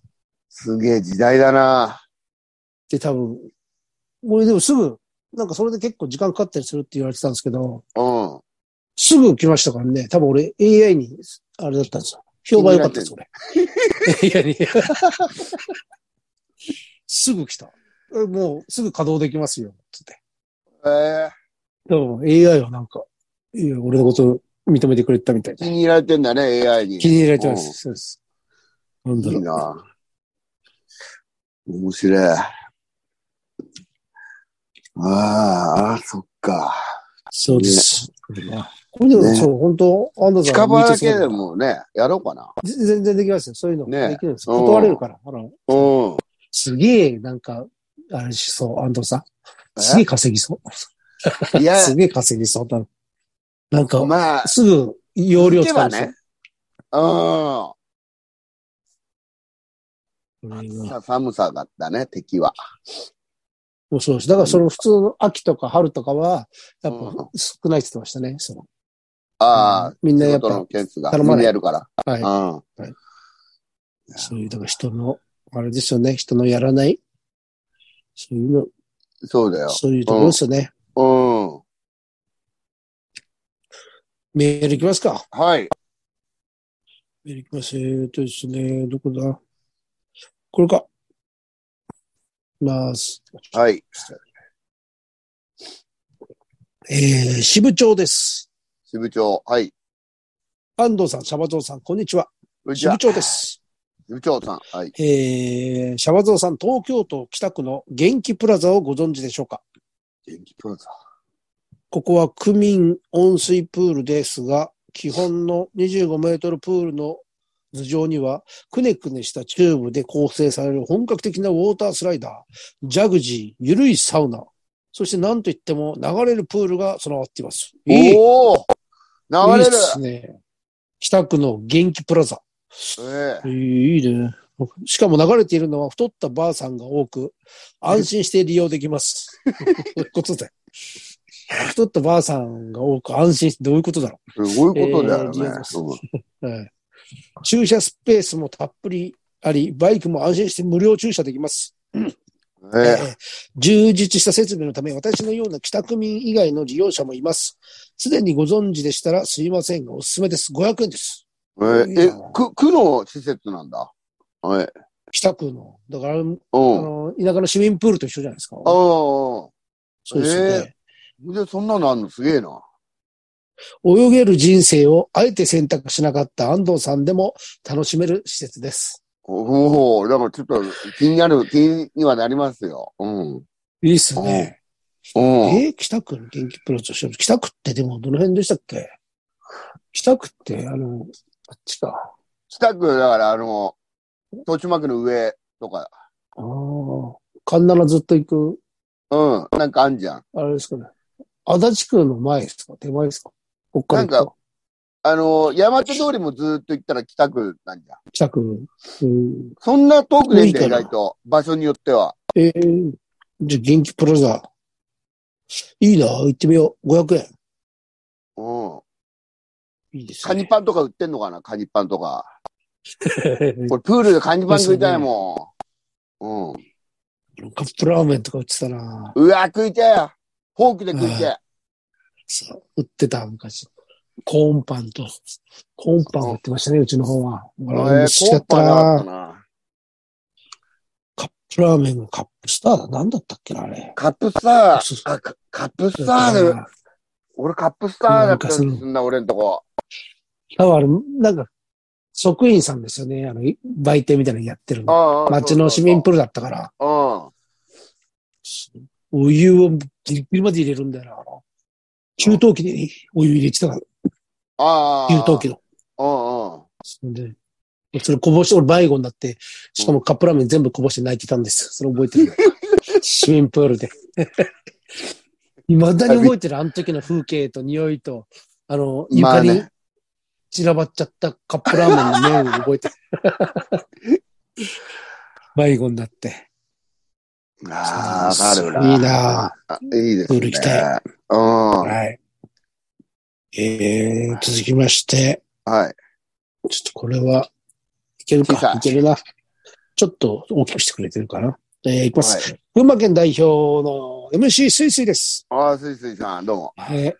Speaker 2: すげえ時代だな。
Speaker 1: で、多分、俺でもすぐ、なんかそれで結構時間かかったりするって言われてたんですけど、
Speaker 2: うん。
Speaker 1: すぐ来ましたからね、多分俺 AI に、あれだったんですよ。評判良かったです、俺。AI に。 すぐ来た。えもうすぐ稼働できますよ、つって。
Speaker 2: ええ
Speaker 1: でも AI はなんか、いや俺のこと認めてくれたみたい
Speaker 2: 気
Speaker 1: で。
Speaker 2: に入られてんだね、AI に。
Speaker 1: 気に入られてま
Speaker 2: うん
Speaker 1: す。そうです。なんだ
Speaker 2: い
Speaker 1: ろ。
Speaker 2: いうな。面白い。ああ、あそっか。
Speaker 1: そうです。これでも、
Speaker 2: ね
Speaker 1: そう、本当アンダーさん
Speaker 2: 近場だけ
Speaker 1: 見て
Speaker 2: で
Speaker 1: そうだ
Speaker 2: もね、やろうかな。
Speaker 1: ぜ全然できますよ。そういうの。
Speaker 2: ね
Speaker 1: できるんです
Speaker 2: うん
Speaker 1: よ。断れるから。あの、
Speaker 2: うん。
Speaker 1: すげえ、なんか、あれしそう、安藤さん。すげえ稼ぎそう。
Speaker 2: いや
Speaker 1: すげえ稼ぎそうだな。なんか、
Speaker 2: まあ、
Speaker 1: すぐ、容量使う
Speaker 2: ば
Speaker 1: んですよ
Speaker 2: ね。。うん。
Speaker 1: うん
Speaker 2: さ寒さだったね、敵は。
Speaker 1: もうそうです。だから、その普通の秋とか春とかは、やっ
Speaker 2: うん
Speaker 1: ぱ少ないって言ってましたね。その
Speaker 2: ああ、
Speaker 1: みんな
Speaker 2: 仕
Speaker 1: やっ
Speaker 2: 事の
Speaker 1: ぱ、
Speaker 2: 件数が。
Speaker 1: 頼まない
Speaker 2: みんなやるから。
Speaker 1: はい。
Speaker 2: うん。
Speaker 1: そういう、だから人の、あれですよね。人のやらない、そういうの、
Speaker 2: そうだよ。
Speaker 1: そういうところですよね。
Speaker 2: うん。
Speaker 1: メールいきますか。
Speaker 2: はい。
Speaker 1: メールいきます。えーとですね、どこだこれか。ます。
Speaker 2: はい。
Speaker 1: えー、支部長です。
Speaker 2: 支部長。はい。
Speaker 1: 安藤さん、シャバゾウさん、こんにちは。
Speaker 2: うち
Speaker 1: 支
Speaker 2: は
Speaker 1: 部長です。
Speaker 2: 部長さん。はい。
Speaker 1: えー、シャバゾウさん、東京都北区の元気プラザをご存知でしょうか
Speaker 2: 元気プロザ。
Speaker 1: ここは区民温水プールですが、基本の25メートルプールの頭上には、くねくねしたチューブで構成される本格的なウォータースライダー、ジャグジー、ゆるいサウナ、そして何といっても流れるプールが備わっています。いい
Speaker 2: おお流れ
Speaker 1: いいで
Speaker 2: る
Speaker 1: すね。北区の元気プラザ。
Speaker 2: ええ
Speaker 1: いいいいね。しかも流れているのは太ったばあさんが多く、安心して利用できます。ということで。太ったばあさんが多く安心してどういうことだろ
Speaker 2: すごいことだよね。
Speaker 1: えー
Speaker 2: そう
Speaker 1: う。ええ駐車スペースもたっぷりあり、バイクも安心して無料駐車できます。
Speaker 2: え
Speaker 1: ええ充実した設備のため、私のような帰宅民以外の利用者もいます。すでにご存知でしたらすいませんが、おすすめです。500円です。
Speaker 2: ええ、区、区の施設なんだ。はい。
Speaker 1: 北区の。だから、
Speaker 2: う
Speaker 1: あ
Speaker 2: ん。あ
Speaker 1: の、田舎の市民プールと一緒じゃないですか。
Speaker 2: あ。
Speaker 1: そうですよね。
Speaker 2: で、そんなのあんのすげえな。
Speaker 1: 泳げる人生をあえて選択しなかった安藤さんでも楽しめる施設です。
Speaker 2: おお、だからちょっと気になる、気にはなりますよ。うん。うん。
Speaker 1: いいっすね。え
Speaker 2: え
Speaker 1: ー北区の元気プロとしてる。北区ってでもどの辺でしたっけ北区って、あの、あっちか。
Speaker 2: 北区、だからあの、豊島区の上とか、
Speaker 1: ああ。神奈ずっと行く、
Speaker 2: うん。なんかあんじゃん。
Speaker 1: あれですかね。足立区の前ですか手前ですかこっから行くと
Speaker 2: なんあの、山手通りもずっと行ったら北区なんじゃん。
Speaker 1: 北区。うん、
Speaker 2: そんな遠くねえんだ
Speaker 1: 多い
Speaker 2: よ、意
Speaker 1: かな
Speaker 2: 外と。場所によっては。
Speaker 1: ええじゃあ元気プロだ。いいな、行ってみよう。500円。
Speaker 2: うん。
Speaker 1: いいです
Speaker 2: カニ
Speaker 1: ね。
Speaker 2: パンとか売ってんのかなカニパンとか。
Speaker 1: カ
Speaker 2: 俺、プールでカニパン食いたいもん。うん。
Speaker 1: ップラーメンとか売ってたな。
Speaker 2: うわ、食いたいよ。フォークで食いたい。
Speaker 1: そう、売ってた、昔。コーンパンと。コーンパン売ってましたね、うちの方は。
Speaker 2: え
Speaker 1: 俺は
Speaker 2: ー、
Speaker 1: 嬉しかっ
Speaker 2: コーンパ
Speaker 1: た
Speaker 2: ンなかっ
Speaker 1: な。
Speaker 2: たな。
Speaker 1: カップラーメンのカップスターだ。なんだったっけな、あれ。
Speaker 2: カップスタ
Speaker 1: そう
Speaker 2: ー、
Speaker 1: そう
Speaker 2: あカカップスターで、俺カップスターだったんす
Speaker 1: なんか
Speaker 2: んな、俺んとこ。
Speaker 1: 多分あれ、なんか、職員さんですよね。あの、い売店みたいなのやってるの。
Speaker 2: ああ
Speaker 1: 町の市民プール
Speaker 2: ロ。
Speaker 1: だったから。
Speaker 2: うん。
Speaker 1: お湯をギリギリまで入れるんだよな。あの給湯器にお湯入れてたから、
Speaker 2: ああ。
Speaker 1: 給湯器の。
Speaker 2: うんうん。
Speaker 1: そんで、それこぼして、俺迷子になって、しかもカップラーメン全部こぼして泣いてたんです。それ覚えて る。市民プールで。 未だに覚えてる、あの時の風景と匂いと、あの、
Speaker 2: ま
Speaker 1: 床
Speaker 2: あね
Speaker 1: に散らばっちゃったカップラーメンの麺を覚えてる。 迷子になって。
Speaker 2: ああ、わかるな。
Speaker 1: いいなあ
Speaker 2: あいいですね。
Speaker 1: プール行きた
Speaker 2: うん。は
Speaker 1: はい。えー、続きまして、
Speaker 2: い。
Speaker 1: ちょっとこれは、いける
Speaker 2: 小さ
Speaker 1: か
Speaker 2: い。
Speaker 1: いけるな。ちょっと大きくしてくれてるかな。えー、いきます。
Speaker 2: はい
Speaker 1: 群馬県代表の MC スイスイです。
Speaker 2: ああ、すいすいさん、どうも。
Speaker 1: えー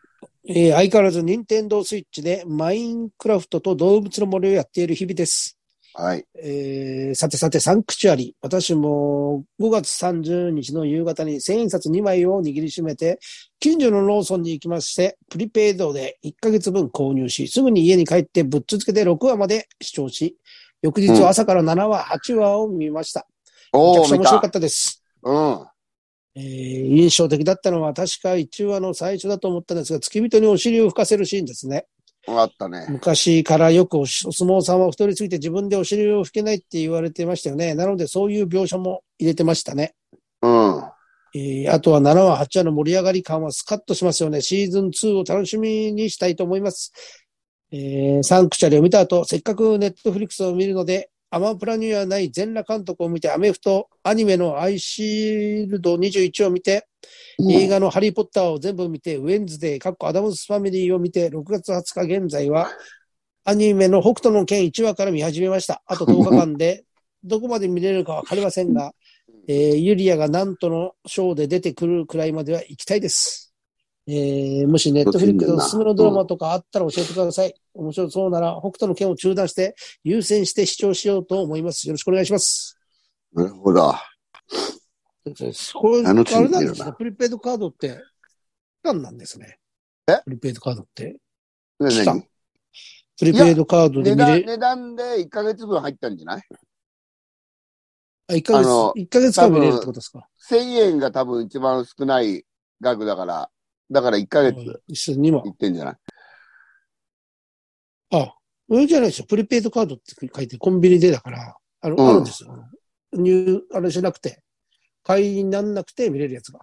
Speaker 1: えー相変わらず任天堂スイッチでマインクラフトと動物の森をやっている日々です。
Speaker 2: はい。
Speaker 1: えーさてさて、サンクチュアリ。私も5月30日の夕方に1000円札2枚を握りしめて、近所のローソンに行きまして、プリペイドで1ヶ月分購入し、すぐに家に帰ってぶっつけて6話まで視聴し、翌日は朝から7話、8話を見ました。めち
Speaker 2: お
Speaker 1: ゃ
Speaker 2: お
Speaker 1: くちゃ
Speaker 2: 見
Speaker 1: 面白
Speaker 2: た
Speaker 1: か。ったです。
Speaker 2: うん。
Speaker 1: えー印象的だったのは確か1話の最初だと思ったんですが、付き人にお尻を吹かせるシーンですね。
Speaker 2: あったね。
Speaker 1: 昔からよくおしお相撲さんは太りすぎて自分でお尻を拭けないって言われてましたよね。なのでそういう描写も入れてましたね。
Speaker 2: うん。
Speaker 1: えーあとは7話、8話の盛り上がり感はスカッとしますよね。シーズン2を楽しみにしたいと思います。えーサンクチャリを見た後、せっかくネットフリックスを見るので、アマプラにはない全裸監督を見て、アメフト、アニメのアイシールド21を見て、映画のハリーポッターを全部見て、ウェンズデー、かっこアダムスファミリーを見て、6月20日現在は、アニメの北斗の剣1話から見始めました。あと10日間で、どこまで見れるかわかりませんが、えーユリアがなんとのショーで出てくるくらいまでは行きたいです。えーもしネットフリックスでおすすめのドラマとかあったら教えてください。面白そうなら、北斗の剣を中断して、優先して視聴しようと思います。よろしくお願いします。
Speaker 2: なるほど。
Speaker 1: これ、あれな
Speaker 2: 楽しみだよな
Speaker 1: んですね。プリペイドカードって、期間なんですね。
Speaker 2: え
Speaker 1: プリペイドカードって。期
Speaker 2: で
Speaker 1: 間
Speaker 2: 何
Speaker 1: プリペイドカードで
Speaker 2: 値
Speaker 1: 見
Speaker 2: 段、
Speaker 1: れ、
Speaker 2: 値段で1ヶ月分入ったんじゃない
Speaker 1: あ、1ヶ
Speaker 2: あの
Speaker 1: 月、一ヶ月間見れるってことですか
Speaker 2: ?1000 円が多分一番少ない額だから、だから1ヶ月
Speaker 1: うん一緒にも
Speaker 2: い。ってんじゃない
Speaker 1: あ、上じゃないですよ。プリペイドカードって書いて、コンビニでだから、あの、
Speaker 2: うん
Speaker 1: あるんですよ。入、あれしなくて、会員になんなくて見れるやつが。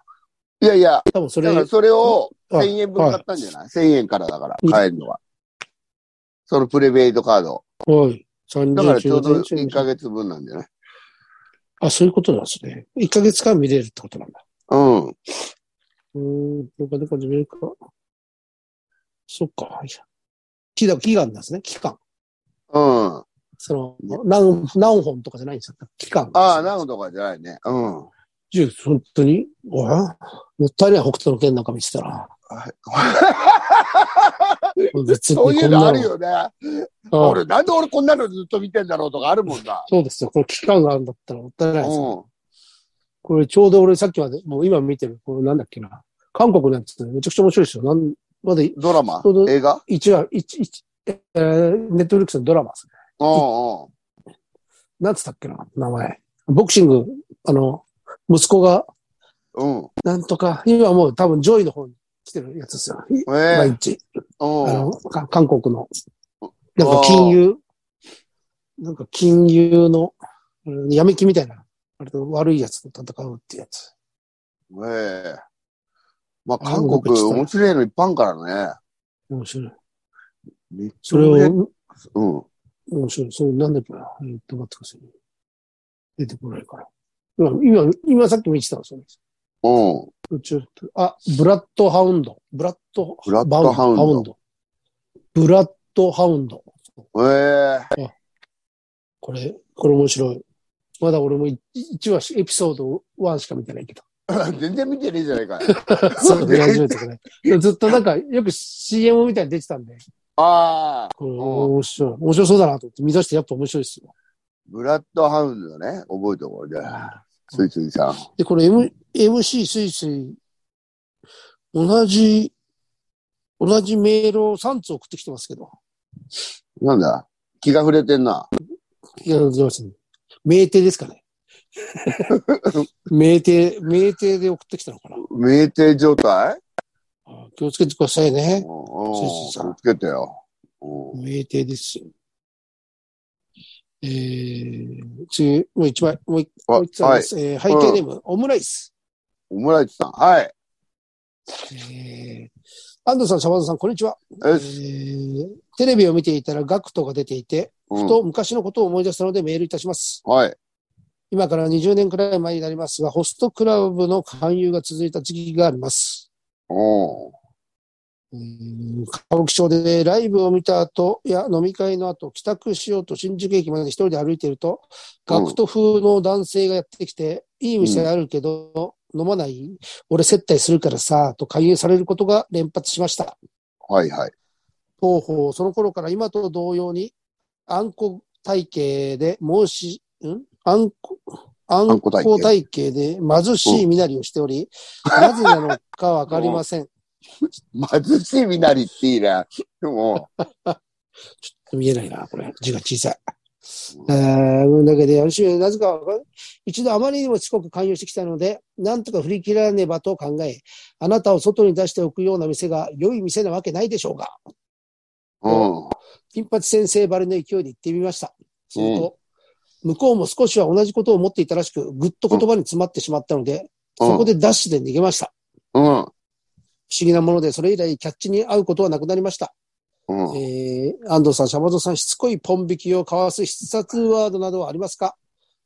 Speaker 2: いやいや、
Speaker 1: 多分それ
Speaker 2: だか、らそれを
Speaker 1: あ
Speaker 2: 1000円分買ったんじゃない ?1000 円からだから、買えるのは。そのプレペイドカード。
Speaker 1: はい。30
Speaker 2: だからちょうど
Speaker 1: 40
Speaker 2: 1ヶ月分なんじゃない
Speaker 1: あ、そういうことなんですね。1ヶ月間見れるってことなんだ。
Speaker 2: うん。
Speaker 1: うーん、どこどこ始めるか。そっか、はい。期間、期間なんですね、期間。
Speaker 2: うん。あ
Speaker 1: その、何、何本とかじゃないんですよ。期間。
Speaker 2: あ、なるほどかじゃないね。うん。
Speaker 1: じゃあ本当に、おいもったいない北斗の剣なんか見てたら。別に
Speaker 2: そうい
Speaker 1: こ
Speaker 2: うん
Speaker 1: な
Speaker 2: のあるよね。
Speaker 1: うん
Speaker 2: 俺、なんで俺こんなのずっと見てんだろうとかあるもんだ。
Speaker 1: そうですよ。これ期間があるんだったらもったいな
Speaker 2: う
Speaker 1: いですよ。
Speaker 2: ん。
Speaker 1: これちょうど俺さっきまで、もう今見てる、これなんだっけな。韓国のやつ、めちゃくちゃ面白いですよ。なん、まだ
Speaker 2: ドラマ
Speaker 1: そうそう
Speaker 2: 映画
Speaker 1: 一話、一、一、えー、ネットフリックスのドラマですね。
Speaker 2: うんうん。
Speaker 1: なんつったっけな、名前。ボクシング、あの、息子が、
Speaker 2: うん。
Speaker 1: なんとか、今はもう多分上位の方に来てるやつですよ。
Speaker 2: え
Speaker 1: 毎
Speaker 2: え
Speaker 1: 日。あ
Speaker 2: うん
Speaker 1: の、か韓国の、なんか金融、なんか金融の、うん闇金みたいな、あれと悪いやつと戦うってやつ。
Speaker 2: ええまあ、韓
Speaker 1: 韓国
Speaker 2: 国、
Speaker 1: 来たら
Speaker 2: 面白いのいっぱいあるからね。
Speaker 1: 面白い。
Speaker 2: めっち
Speaker 1: そ
Speaker 2: ゃ
Speaker 1: れ
Speaker 2: 面白い
Speaker 1: を、
Speaker 2: うん。
Speaker 1: 面白い。それなんだっけな。えーっと、待ってくださいね。出てこないから。今、今、今さっき見てたんですよ。
Speaker 2: うん。
Speaker 1: 宇宙服あ、ブラッドハウンド。ブラッド、
Speaker 2: ブラッドハウンド
Speaker 1: バブラッドハウンド。
Speaker 2: ええ
Speaker 1: これ、これ面白い。まだ俺も1話し、エピソード1しか見てないけど。
Speaker 2: 全然見てねえじゃないかい。
Speaker 1: そう、見始めてくれ。でもずっとなんか、よく CM みたいに出てたんで、
Speaker 2: ああ、
Speaker 1: これ面白い。面白そうだなと思って見出してやっぱ面白いですよ。
Speaker 2: ブラッドハウンドね。覚えておこう。じゃあ、スイスイさん。
Speaker 1: で、これ M、MC スイスイ、同じ、同じメールを3つ送ってきてますけど。
Speaker 2: なんだ気が触れてんな。
Speaker 1: いや、どうますね。名帝ですかね。名帝、名帝で送ってきたのかな。
Speaker 2: 酩酊状態
Speaker 1: あ気をつけてください
Speaker 2: うん
Speaker 1: ね。
Speaker 2: うん。
Speaker 1: スイスイさん
Speaker 2: つけてよ。うん。
Speaker 1: 名帝ですよ。えー、次、もう一枚、もう一
Speaker 2: あ
Speaker 1: もう一つあります。えー、背景ネーム、オムライス。
Speaker 2: オムライスさん。はい。
Speaker 1: えー、安藤さん、シャバゾウさん、こんにちは。え
Speaker 2: よし。
Speaker 1: ー、テレビを見ていたらガクトが出ていて、
Speaker 2: う
Speaker 1: ふ
Speaker 2: ん
Speaker 1: と昔のことを思い出したのでメールいたします。
Speaker 2: はい。
Speaker 1: 今から20年くらい前になりますが、ホストクラブの勧誘が続いた時期があります。
Speaker 2: うん。
Speaker 1: うーん歌舞伎町でライブを見た後や飲み会の後、帰宅しようと新宿駅まで一人で歩いていると、
Speaker 2: うん
Speaker 1: ガクト風の男性がやってきて、いい店あるけど、飲まない俺接待するからさ、と勧誘されることが連発しました。
Speaker 2: はいはい。
Speaker 1: 当方、その頃から今と同様に、あんこ体系で申し、んあんこ、あ
Speaker 2: あん
Speaker 1: ん
Speaker 2: こ体
Speaker 1: こ
Speaker 2: 型
Speaker 1: 体系で貧しい身なりをしてお り、なぜなのかわかりません。
Speaker 2: 貧しい身なりっていいな。でも、
Speaker 1: 見えないな、これ。字が小さい。えー、だけで、私はなぜかわかん一度あまりにもしつこく勧誘してきたので、なんとか振り切らねばと考え、あなたを外に出しておくような店が良い店なわけないでしょうが。
Speaker 2: うん。
Speaker 1: 金八先生ばりの勢いで行ってみました。すると、向こうも少しは同じことを思っていたらしく、ぐっと言葉に詰まってしまったので、そこでダッシュで逃げました。
Speaker 2: うん。
Speaker 1: 不思議なもので、それ以来キャッチに会うことはなくなりました。
Speaker 2: うん。
Speaker 1: えー、安藤さん、シャバゾウさん、しつこいポン引きをかわす必殺ワードなどはありますか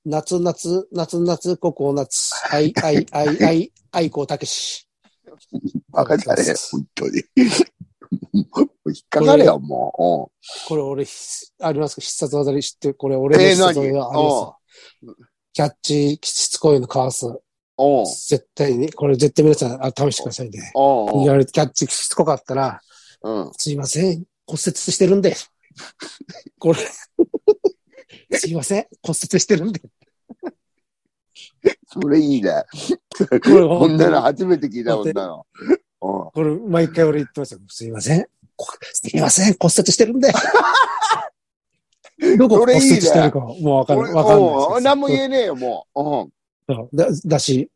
Speaker 1: 夏夏、夏夏、ココナツ、はい、はい、はい、はい、愛子たけし。
Speaker 2: バカじゃねえ。本当に。もう引っかかれよ、も
Speaker 1: これ俺、ひありますか必殺技に知ってる、これ俺の必殺技あります、キャッチ、しつこいのかわす。
Speaker 2: う。うん。うん。
Speaker 1: 絶対に、これ絶対皆さんあ試してくださいね。
Speaker 2: うん
Speaker 1: 言われてキャッチしつこかったら、
Speaker 2: うん。
Speaker 1: すいません、骨折してるんで。こ れ、すいません、骨折してるんで。こ
Speaker 2: それいいね。
Speaker 1: れ、
Speaker 2: こんなの
Speaker 1: 本
Speaker 2: 初めて聞いた、こん なの。うん。
Speaker 1: 当にこれ、毎回俺言ってましたよ。すいません、こすいません、骨折してる んで。どこ
Speaker 2: そ
Speaker 1: 骨
Speaker 2: れい
Speaker 1: 折
Speaker 2: いね
Speaker 1: してるかもうわかる、
Speaker 2: 俺
Speaker 1: わかんないです
Speaker 2: う
Speaker 1: けど。
Speaker 2: ん何も言えねえよ、もう。
Speaker 1: そうだだし、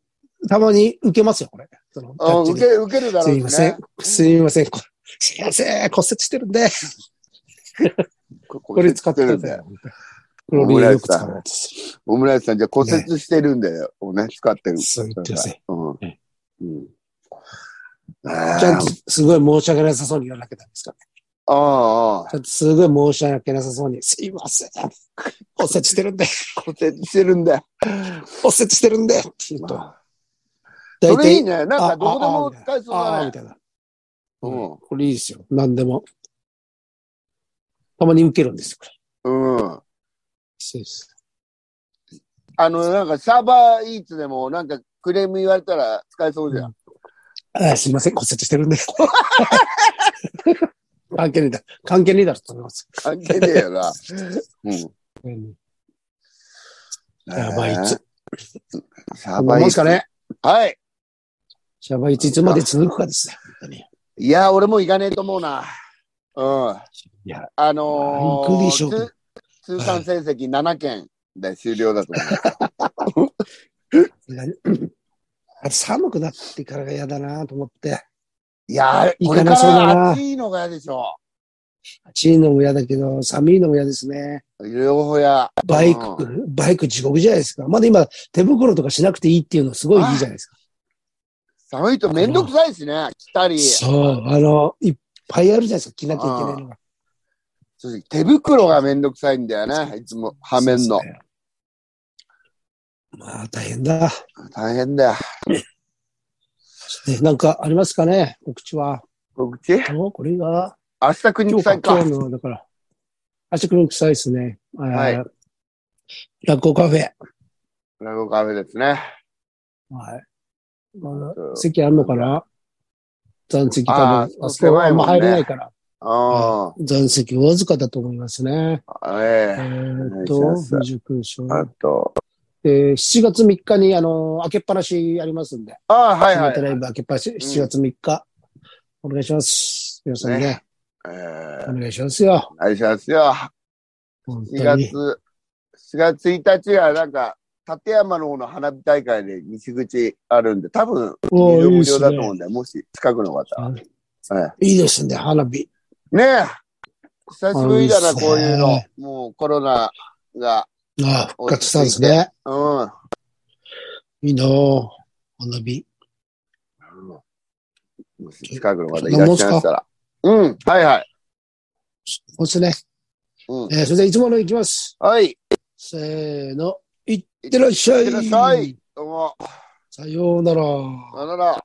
Speaker 1: たまに受けますよ、これ。その
Speaker 2: うん。うん、
Speaker 1: キャッチ
Speaker 2: 受
Speaker 1: で
Speaker 2: け、受けるだろ
Speaker 1: す
Speaker 2: う
Speaker 1: い
Speaker 2: し
Speaker 1: ま
Speaker 2: ね。
Speaker 1: せん、すいません、こすいません、骨折してるんで。こ
Speaker 2: こ
Speaker 1: れ使ってるんだ
Speaker 2: よ。
Speaker 1: よ。これ俺よく使うやつです。
Speaker 2: オムライスさん、じゃあ骨折してるんだよ。をね、使ってる。
Speaker 1: そう言ってください。
Speaker 2: うん。
Speaker 1: ね
Speaker 2: うん。
Speaker 1: ちゃん
Speaker 2: あ
Speaker 1: とすごい申し訳なさそうに言わなきゃダメですからね。
Speaker 2: あ、ああ。
Speaker 1: ちゃんとすごい申し訳なさそうに、すいません。骨折してるんで、
Speaker 2: 骨折してるんだよ。
Speaker 1: 骨折してるんで、って言うと、
Speaker 2: ま
Speaker 1: 大
Speaker 2: それいい
Speaker 1: 体、
Speaker 2: ね。なんかどこでも使えそう
Speaker 1: ああ、
Speaker 2: だ
Speaker 1: み
Speaker 2: ね。
Speaker 1: たいな。う
Speaker 2: う
Speaker 1: ん
Speaker 2: ん。
Speaker 1: これいいですよ。何でも。たまに受けるんですよ、これ。
Speaker 2: うん。
Speaker 1: そうです。
Speaker 2: あの、なんかサーバーイーツでもなんかクレーム言われたら使えそうじゃん。
Speaker 1: あすいません、骨折して るんで。関係ねえだ。関係ねえだろ、と思います。
Speaker 2: 関係ねえよな。うん。
Speaker 1: うん やばいいつ。こ
Speaker 2: サー
Speaker 1: んな
Speaker 2: バー
Speaker 1: も
Speaker 2: イ
Speaker 1: ん
Speaker 2: ー
Speaker 1: す
Speaker 2: ツ。
Speaker 1: かね。
Speaker 2: はい。
Speaker 1: シャバいついつまで続くかですね。本当に
Speaker 2: いや、俺も行かねえと思うな。うん。
Speaker 1: いや、
Speaker 2: あのー
Speaker 1: 行くでしょう
Speaker 2: 通通算成績7件で終了だと思う。
Speaker 1: 何あと寒くなってからが嫌だなと思って。
Speaker 2: いやー、
Speaker 1: 行
Speaker 2: こ
Speaker 1: か
Speaker 2: れ
Speaker 1: な
Speaker 2: か
Speaker 1: そうだな
Speaker 2: ら暑いのが嫌でしょ。
Speaker 1: 暑いのも嫌だけど、寒いのも嫌ですね。
Speaker 2: 両方や。
Speaker 1: バイク、バイク地獄じゃないですか。まだ今、手袋とかしなくていいっていうのすごいいいじゃないですか。
Speaker 2: 寒いとめんどくさいですね。来たり。
Speaker 1: そう、あの、いっぱいあるじゃないですか。着なきゃいけないのが。
Speaker 2: そして手袋がめんどくさいんだよね。いつも、はめん
Speaker 1: そう
Speaker 2: の
Speaker 1: で。すね。まあ、大変だ。
Speaker 2: 大変だよ。
Speaker 1: ね、なんかありますかね告知は。
Speaker 2: 告知
Speaker 1: おこれが、
Speaker 2: 明日国
Speaker 1: 今
Speaker 2: に
Speaker 1: 日か、
Speaker 2: さいか
Speaker 1: 今。日の、だから、明日黒臭いですね。
Speaker 2: はい
Speaker 1: あー。落語カフェ。
Speaker 2: ラゴカフェですね。
Speaker 1: はい。まだ
Speaker 2: そう
Speaker 1: 席あんのかな残席多
Speaker 2: あ
Speaker 1: 分
Speaker 2: ー、
Speaker 1: あそこはあんま
Speaker 2: 狭いも
Speaker 1: 入れ
Speaker 2: んね
Speaker 1: ないから。
Speaker 2: あ
Speaker 1: 残席わずかだと思いますね。
Speaker 2: あ、
Speaker 1: え
Speaker 2: ええ。
Speaker 1: ーっ
Speaker 2: お
Speaker 1: と
Speaker 2: 願いし、ます
Speaker 1: 29章。
Speaker 2: あと。
Speaker 1: で、7月3日に、あの、開けっぱなしありますんで。
Speaker 2: ああ、はいは
Speaker 1: シンガーライ
Speaker 2: い。
Speaker 1: ブ開けっぱなし、7月3日。お願いします。皆さんね、
Speaker 2: ええ
Speaker 1: お願いしますよ。
Speaker 2: お願いしますよ。
Speaker 1: 本
Speaker 2: 4
Speaker 1: 当に。
Speaker 2: 月、4月1日はなんか、立山の方の花火大会で西口あるんで、多分、
Speaker 1: お
Speaker 2: 無
Speaker 1: ーい
Speaker 2: 料
Speaker 1: い
Speaker 2: 無
Speaker 1: で
Speaker 2: 料
Speaker 1: す
Speaker 2: だと思
Speaker 1: ね
Speaker 2: う。んで、もし近くの方。はい
Speaker 1: いですね、花火。
Speaker 2: い、ねえ久しぶりだ
Speaker 1: あいい
Speaker 2: な、
Speaker 1: っすね
Speaker 2: こういうの。もうコロナが、
Speaker 1: ああ、復活したんですね。
Speaker 2: うん。
Speaker 1: いいなぁ花火。
Speaker 2: もし近くの方いらっしゃいましたら。うん、はいはい。
Speaker 1: そうですね。
Speaker 2: うん。
Speaker 1: えーそれではいつものいきます。
Speaker 2: はい、
Speaker 1: せーの、いってらっしゃい。
Speaker 2: いってらっしゃい。どうも、
Speaker 1: さようなら。
Speaker 2: さよなら。